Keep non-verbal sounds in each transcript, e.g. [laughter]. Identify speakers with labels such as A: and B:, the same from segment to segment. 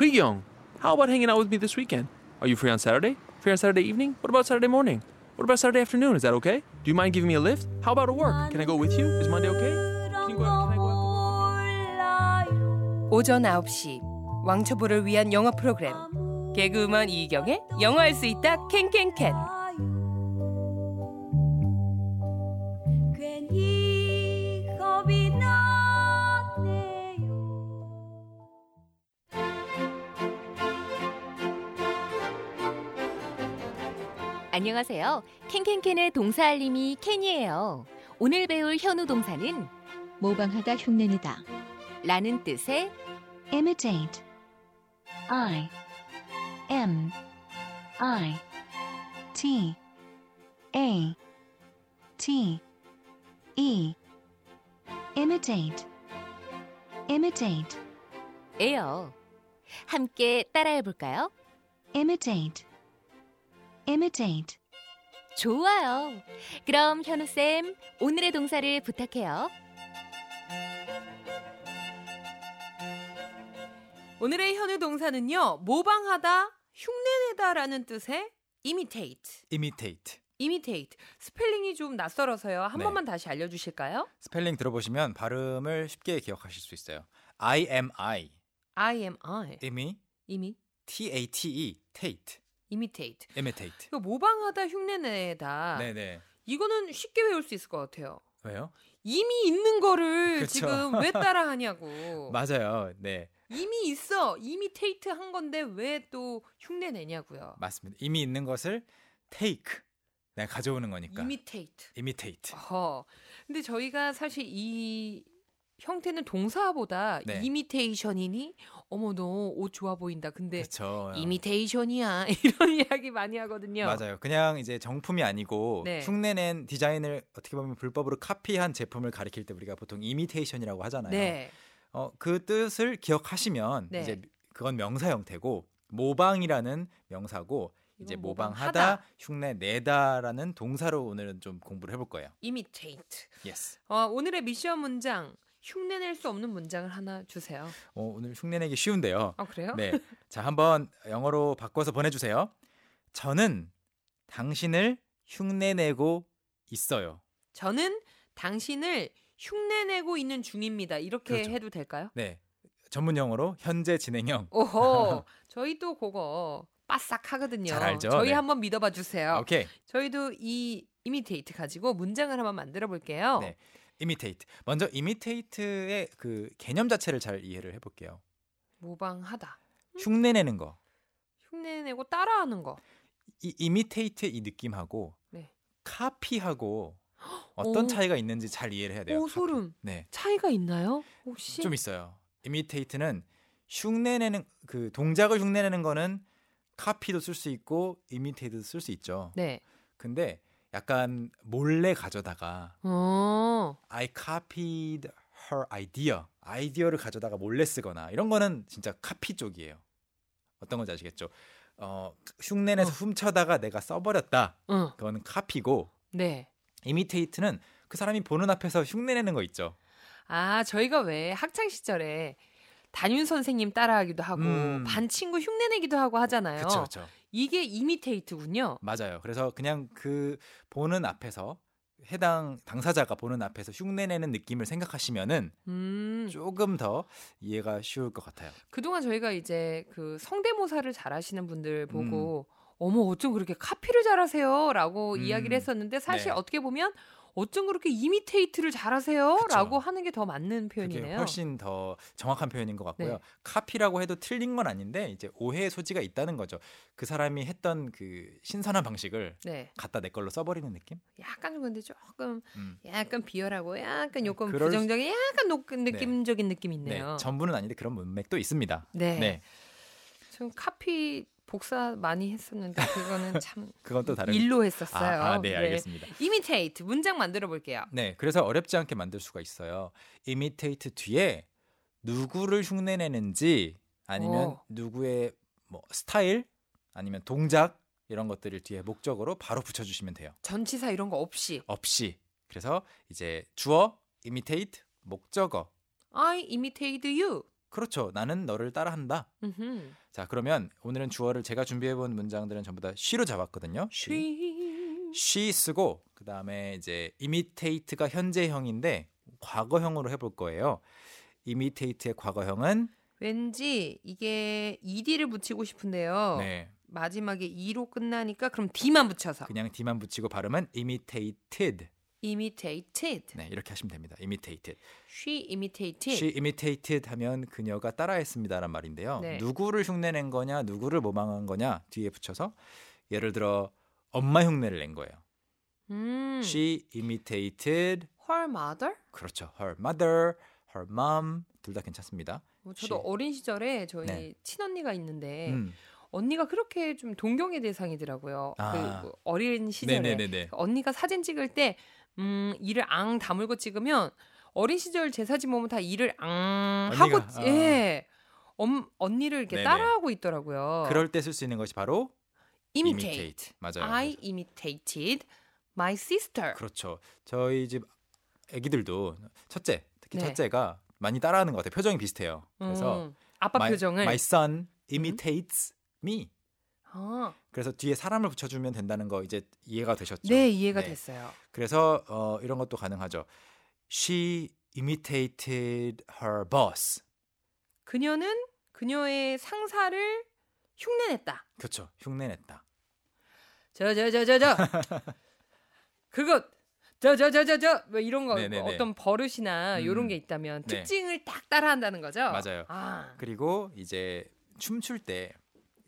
A: Young, how about hanging out with me this weekend? Are you free on Saturday? Free on Saturday evening? What about Saturday morning? What about Saturday afternoon? Is that okay? Do you mind giving me a lift? How about a work? Can I go with you? Is Monday okay? Can you go out? Can I go out?
B: 오전 9시 왕초보를 위한 영어 프로그램 개그우먼 이경의 영어할 수 있다 캔캔캔
C: 괜히 겁이 나네요.
D: 안녕하세요. 캔캔캔의 동사 알림이 캔이에요. 오늘 배울 현우 동사는
E: 모방하다 흉내내다
D: 라는 뜻의
E: imitate i m i t a t e imitate imitate
D: 에요. 함께 따라해 볼까요?
E: imitate imitate
D: 좋아요. 그럼 현우쌤, 오늘의 동사를 부탁해요.
B: 오늘의 현우 동사는요 모방하다 흉내내다라는 뜻의 imitate
F: imitate.
B: imitate 스펠링이 좀 낯설어서요 한
F: 네.
B: 번만 다시 알려주실까요?
F: 스펠링 들어보시면 발음을 쉽게 기억하실 수 있어요. I M I,
B: I am I
F: imi,
B: 이미
F: T A T E, tate,
B: imitate
F: imitate.
B: 이거 모방하다 흉내내다
F: 네네.
B: 이거는 쉽게 외울 수 있을 것 같아요
F: 왜요?
B: 이미 있는 거를
F: 그쵸.
B: 지금
F: [laughs]
B: 왜 따라하냐고
F: 맞아요. 네,
B: 이미 있어 이미 테이트 한 건데 왜 또 흉내 내냐고요.
F: 맞습니다. 이미 있는 것을 take, 네, 내가 가져오는 거니까.
B: 이미 아, 테이트.
F: imitate.
B: 어허. 근데 저희가 사실 이 형태는 동사보다
F: 네.
B: 이미테이션이니 어머 너 옷 좋아 보인다. 근데
F: 그렇죠.
B: 이미테이션이야 [laughs] 이런 이야기 많이 하거든요.
F: 맞아요. 그냥 이제 정품이 아니고
B: 네.
F: 흉내낸 디자인을 어떻게 보면 불법으로 카피한 제품을 가리킬 때 우리가 보통 이미테이션이라고 하잖아요.
B: 네.
F: 어, 그 뜻을 기억하시면
B: 네.
F: 이제 그건 명사 형태고 모방이라는 명사고 이제
B: 이건 뭐
F: 모방하다, 흉내 내다라는 동사로 오늘은 좀 공부를 해볼 거예요.
B: 이미테이트.
F: Yes.
B: 어, 오늘의 미션 문장 흉내낼 수 없는 문장을 하나 주세요.
F: 어, 오늘 흉내내기 쉬운데요.
B: 아 그래요?
F: 네. 자, 한번 영어로 바꿔서 보내주세요. 저는 당신을 흉내내고 있어요.
B: 저는 당신을 흉내내고 있는 중입니다. 이렇게
F: 그렇죠.
B: 해도
F: [laughs]
B: 될까요?
F: 네. 전문 영어로 현재 진행형.
B: 오호, 저희 또 그거 빠싹 하거든요.
F: 잘 알죠?
B: 저희
F: 네.
B: 한번 믿어봐 주세요.
F: 오케이.
B: 저희도 이 이미테이트 가지고 문장을 한번 만들어 볼게요.
F: 네. imitate. 먼저 imitate의 그 개념 자체를 잘 이해를 해볼게요.
B: 모방하다,
F: 음. 흉내내는 거.
B: 흉내내고 따라하는 거.
F: 이 이미테이트의 이 느낌하고
B: 네. [gasps]
F: 카피하고 어떤
B: 오.
F: 차이가 있는지 잘 이해를 해야 돼요.
B: 오
F: 카피.
B: 소름.
F: 네,
B: 차이가 있나요? 혹시
F: 좀 있어요. 이미테이트는 흉내내는 그 동작을 흉내내는 거는 카피도 쓸 수 있고 이미테이트도 쓸 수 있죠.
B: 네.
F: 근데 약간 몰래 가져다가
B: 어,
F: I copied her idea. 아이디어를 가져다가 몰래 쓰거나 이런 거는 진짜 카피 쪽이에요. 어떤 건지 아시겠죠? 어, 흉내내서 훔쳐다가 내가 써버렸다.
B: 응,
F: 그거는 카피고
B: 네.
F: 이미테이트는 그 사람이 보는 앞에서 흉내내는 거 있죠.
B: 아 저희가 왜 학창 시절에 단윤 선생님 따라하기도 하고
F: 음.
B: 반 친구 흉내내기도 하고 하잖아요.
F: 그렇죠, 그렇죠.
B: 이게 이미테이트군요.
F: 맞아요. 그래서 그냥 그 보는 앞에서 해당 당사자가 보는 앞에서 흉내내는 느낌을 생각하시면은
B: 음.
F: 조금 더 이해가 쉬울 것 같아요.
B: 그동안 저희가 이제 그 성대모사를 잘하시는
F: 음.
B: 분들 보고 어머 어쩜 그렇게 카피를 잘하세요라고
F: 음.
B: 이야기를 했었는데 사실
F: 네.
B: 어떻게 보면 어쩜 그렇게 이미테이트를 잘하세요라고
F: 그쵸.
B: 하는 게 더 맞는
F: 그게
B: 표현이네요.
F: 훨씬 더 정확한 표현인 것 같고요.
B: 네.
F: 카피라고 해도 틀린 건 아닌데 이제 오해의 소지가 있다는 거죠. 그 사람이 했던 그 신선한 방식을
B: 네,
F: 갖다 내 걸로 써버리는 느낌?
B: 약간 좀 근데 조금
F: 음.
B: 약간 비열하고 약간 요건
F: 네, 그럴 수-
B: 부정적인 약간 높은 느낌적인 느낌이
F: 네,
B: 있네요.
F: 전부는 아닌데 그런 문맥도 있습니다.
B: 네.
F: 네,
B: 좀 카피 복사 많이 했었는데 그거는 참
F: 그건 [laughs] 또 다른.
B: 일로
F: 아,
B: 했었어요. 예.
F: 아, 네, 알겠습니다.
B: 이미테이트 문장 만들어 볼게요.
F: 네, 그래서 어렵지 않게 만들 수가 있어요. imitate 뒤에 누구를 흉내내는지 아니면
B: 오.
F: 누구의 뭐 스타일 아니면 동작 이런 것들을 뒤에 목적으로 바로 붙여주시면 돼요.
B: 전치사 이런 거 없이
F: 없이 그래서 이제 주어 imitate 목적어
B: I imitate you.
F: 그렇죠. 나는 너를 따라한다.
B: 음흠.
F: 자, 그러면 오늘은 주어를 제가 준비해 본 문장들은 전부 다 she로 잡았거든요.
B: 쉬.
F: she 쓰고 그다음에 이제 imitate가 현재형인데 과거형으로 해볼 거예요. imitate의 과거형은
B: 왠지 이게 ed를 붙이고 싶은데요.
F: 네.
B: 마지막에 e로 끝나니까 그럼 d만 붙여서
F: 그냥 d만 붙이고 발음은 imitated.
B: imitated.
F: 네, 이렇게 하시면 됩니다. imitated.
B: she imitated.
F: she imitated 하면 그녀가 따라했습니다란 말인데요.
B: 네.
F: 누구를 흉내낸 거냐, 누구를 모방한 거냐 뒤에 붙여서 예를 들어 엄마 흉내를 낸 거예요.
B: 음.
F: she imitated
B: her mother?
F: 그렇죠. her mother, her mom 둘 다 괜찮습니다.
B: 뭐 저도
F: she.
B: 어린 시절에 저희
F: 네.
B: 친언니가 있는데
F: 음.
B: 언니가 그렇게 좀 동경의 대상이더라고요.
F: 아.
B: 그뭐 어린 시절에
F: 네네네네.
B: 언니가 사진 찍을 때 음, 이를 앙 다물고 찍으면 어린 시절 제 사진 보면 다 이를 앙
F: 언니가,
B: 하고
F: 아.
B: 예. 엄, 언니를 이렇게
F: 네네.
B: 따라하고 있더라고요.
F: 그럴 때 쓸 수 있는 것이 바로
B: imitate.
F: imitate. 맞아요.
B: I imitated my sister.
F: 그렇죠. 저희 집 아기들도 첫째, 특히
B: 네.
F: 첫째가 많이 따라하는 것 같아요. 표정이 비슷해요. 그래서
B: 음, 아빠
F: my,
B: 표정을 음.
F: my son imitates me.
B: 아,
F: 그래서 뒤에 사람을 붙여주면 된다는 거 이제 이해가 되셨죠?
B: 네, 이해가
F: 네.
B: 됐어요.
F: 그래서 어, 이런 것도 가능하죠. She imitated her boss.
B: 그녀는 그녀의 상사를 흉내냈다.
F: 그렇죠. 흉내냈다.
B: 저 저 저
F: [laughs]
B: 저저 그거 저 저 저 저저 뭐 이런 거
F: 네네네.
B: 뭐 어떤 버릇이나
F: 음.
B: 이런 게 있다면
F: 네.
B: 특징을 딱 따라한다는 거죠.
F: 맞아요.
B: 아,
F: 그리고 이제 춤출 때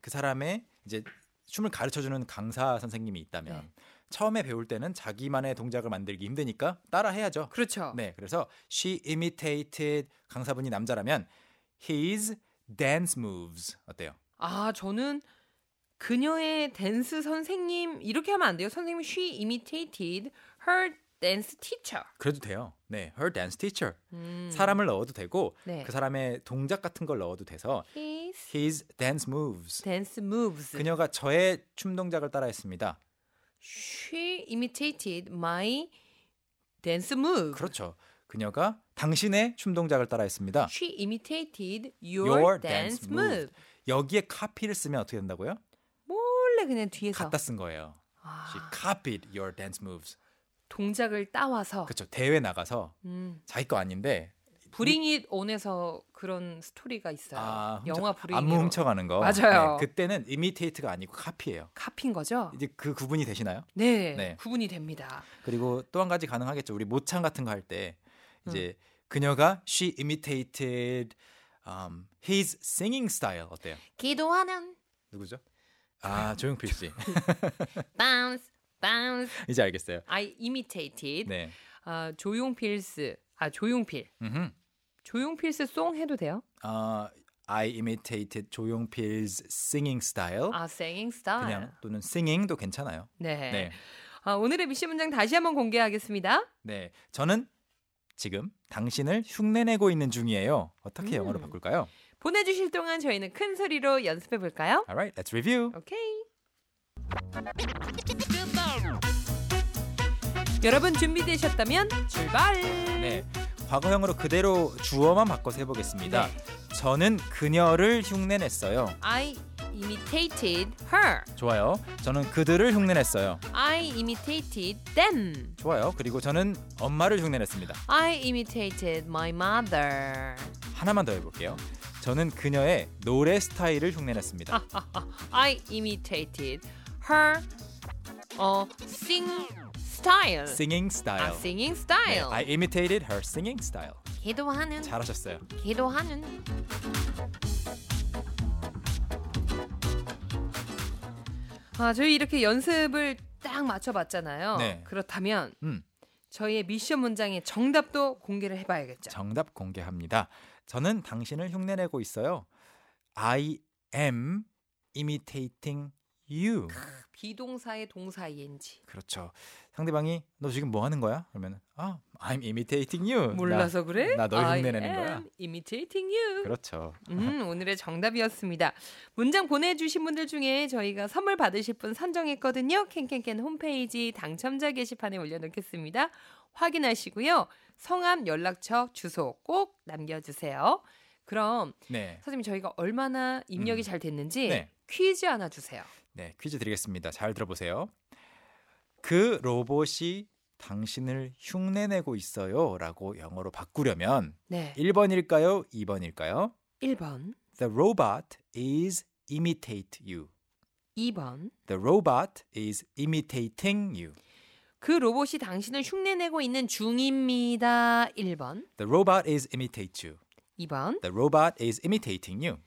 F: 그 사람의 이제 춤을 가르쳐 주는 강사 선생님이 있다면
B: 네.
F: 처음에 배울 때는 자기만의 동작을 만들기 힘드니까 따라 해야죠.
B: 그렇죠.
F: 네, 그래서 she imitated 강사분이 남자라면 his dance moves 어때요?
B: 아 저는 그녀의 댄스 선생님 이렇게 하면 안 돼요. 선생님 she imitated her dance teacher.
F: 그래도 돼요. 네, her dance teacher
B: 음.
F: 사람을 넣어도 되고
B: 네.
F: 그 사람의 동작 같은 걸 넣어도 돼서
B: his
F: his dance moves
B: dance moves.
F: 그녀가 저의 춤 동작을 따라했습니다.
B: she imitated my dance move.
F: 그렇죠. 그녀가 당신의 춤 동작을 따라했습니다.
B: She imitated your,
F: Your
B: dance,
F: dance
B: move.
F: move. 여기에 카피를 쓰면 어떻게 된다고요?
B: 몰래 그냥 뒤에서
F: 갖다 쓴 거예요.
B: 아,
F: She copied your dance moves.
B: 동작을 따와서
F: 그렇죠. 대회 나가서
B: 어. 음,
F: 자기 거 아닌데
B: 브링잇 온에서 그런 스토리가 있어요.
F: 아, 훔쳐-
B: 영화 브링잇
F: 안무 훔쳐가는 거. 네,
B: 맞아요.
F: 그때는 imitate가 아니고 카피예요.
B: 카피인 거죠?
F: 이제 그 구분이 되시나요?
B: 네,
F: 네.
B: 구분이 됩니다.
F: 그리고 또 한 가지 가능하겠죠. 우리 모창 같은 거 할 때
B: 음.
F: 이제 그녀가 she imitated um, his singing style 어때요?
D: 기도하는
F: 누구죠? 아 조용필 씨 [laughs]
B: Bounce, bounce.
F: 이제 알겠어요.
B: I imitated
F: 네.
B: 아, 조용필스. 아 조용필.
F: 음흠.
B: 조용필스 송 해도 돼요?
F: 아, I imitated 조용필's singing style.
B: 아 singing style.
F: 어? 그냥 또는 singing도 괜찮아요.
B: 네.
F: 네.
B: 아, 오늘의 미션 문장 다시 한번 공개하겠습니다.
F: 네. 저는 지금 당신을 흉내내고 있는 중이에요. 어떻게
B: 음.
F: 영어로 바꿀까요?
B: 보내주실 동안 저희는 큰 소리로 연습해 볼까요?
F: Alright, let's review.
B: 오케이. 여러분 준비되셨다면 출발.
F: 네. 과거형으로 그대로 주어만 바꿔서 해보겠습니다.
B: 네.
F: 저는 그녀를 흉내냈어요.
B: I imitated her.
F: 좋아요. 저는 그들을 흉내냈어요.
B: I imitated them.
F: 좋아요. 그리고 저는 엄마를 흉내냈습니다.
B: I imitated my mother.
F: 하나만 더 해볼게요. 저는 그녀의 노래 스타일을 흉내냈습니다.
B: 아, I imitated her 어 sing style.
F: Singing style.
B: 아, singing
F: 네,
B: style.
F: I imitated her singing style.
D: 기도하는
F: 잘하셨어요.
D: 기도하는
B: 아, 저희 이렇게 연습을 딱 맞춰 봤잖아요.
F: 네.
B: 그렇다면
F: 음.
B: 저희의 미션 문장의 정답도 공개를 해 봐야겠죠.
F: 정답 공개합니다. 저는 당신을 흉내내고 있어요. I am imitating you.
B: 비동사의 동사 ing.
F: 그렇죠. 상대방이 너 지금 뭐 하는 거야? 그러면 아, I'm imitating you. 나-
B: 몰라서 그래?
F: 나 널
B: I
F: 흉내내는
B: am
F: 거야.
B: imitating you.
F: 그렇죠.
B: 음, 오늘의 정답이었습니다. 문장 보내주신 분들 중에 저희가 선물 받으실 분 선정했거든요. 캔캔캔 홈페이지 당첨자 게시판에 올려놓겠습니다. 확인하시고요. 성함, 연락처, 주소 꼭 남겨주세요. 그럼
F: 네.
B: 선생님 저희가 얼마나 입력이
F: 음.
B: 잘 됐는지
F: 네.
B: 퀴즈 하나 주세요.
F: 네, 퀴즈 드리겠습니다. 잘 들어보세요. 그 로봇이 당신을 흉내내고 있어요. 라고 영어로 바꾸려면
B: 네.
F: 1번일까요? 2번일까요?
B: 1번,
F: The robot is imitate you.
B: 2번.
F: The robot is imitating you.
B: 그 로봇이 당신을 흉내내고 있는 중입니다. 1번,
F: The robot is imitate you.
B: 2번.
F: The robot is imitating you.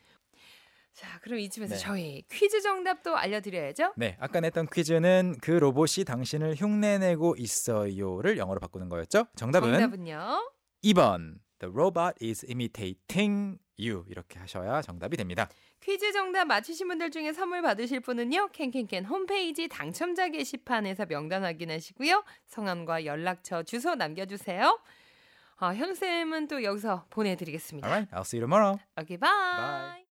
B: 자, 그럼 이쯤에서
F: 네.
B: 저희 퀴즈 정답도 알려드려야죠.
F: 네, 아까 냈던 퀴즈는 그 로봇이 당신을 흉내내고 있어요를 영어로 바꾸는 거였죠? 정답은,
B: 정답은요.
F: 2번. The robot is imitating you 이렇게 하셔야 정답이 됩니다.
B: 퀴즈 정답 맞히신 분들 중에 선물 받으실 분은요. 캔캔캔 홈페이지 당첨자 게시판에서 명단 확인하시고요. 성함과 연락처, 주소 남겨주세요. 아, 현쌤은 또 여기서 보내드리겠습니다.
F: All right, I'll see you tomorrow.
B: Okay, bye.
F: Bye.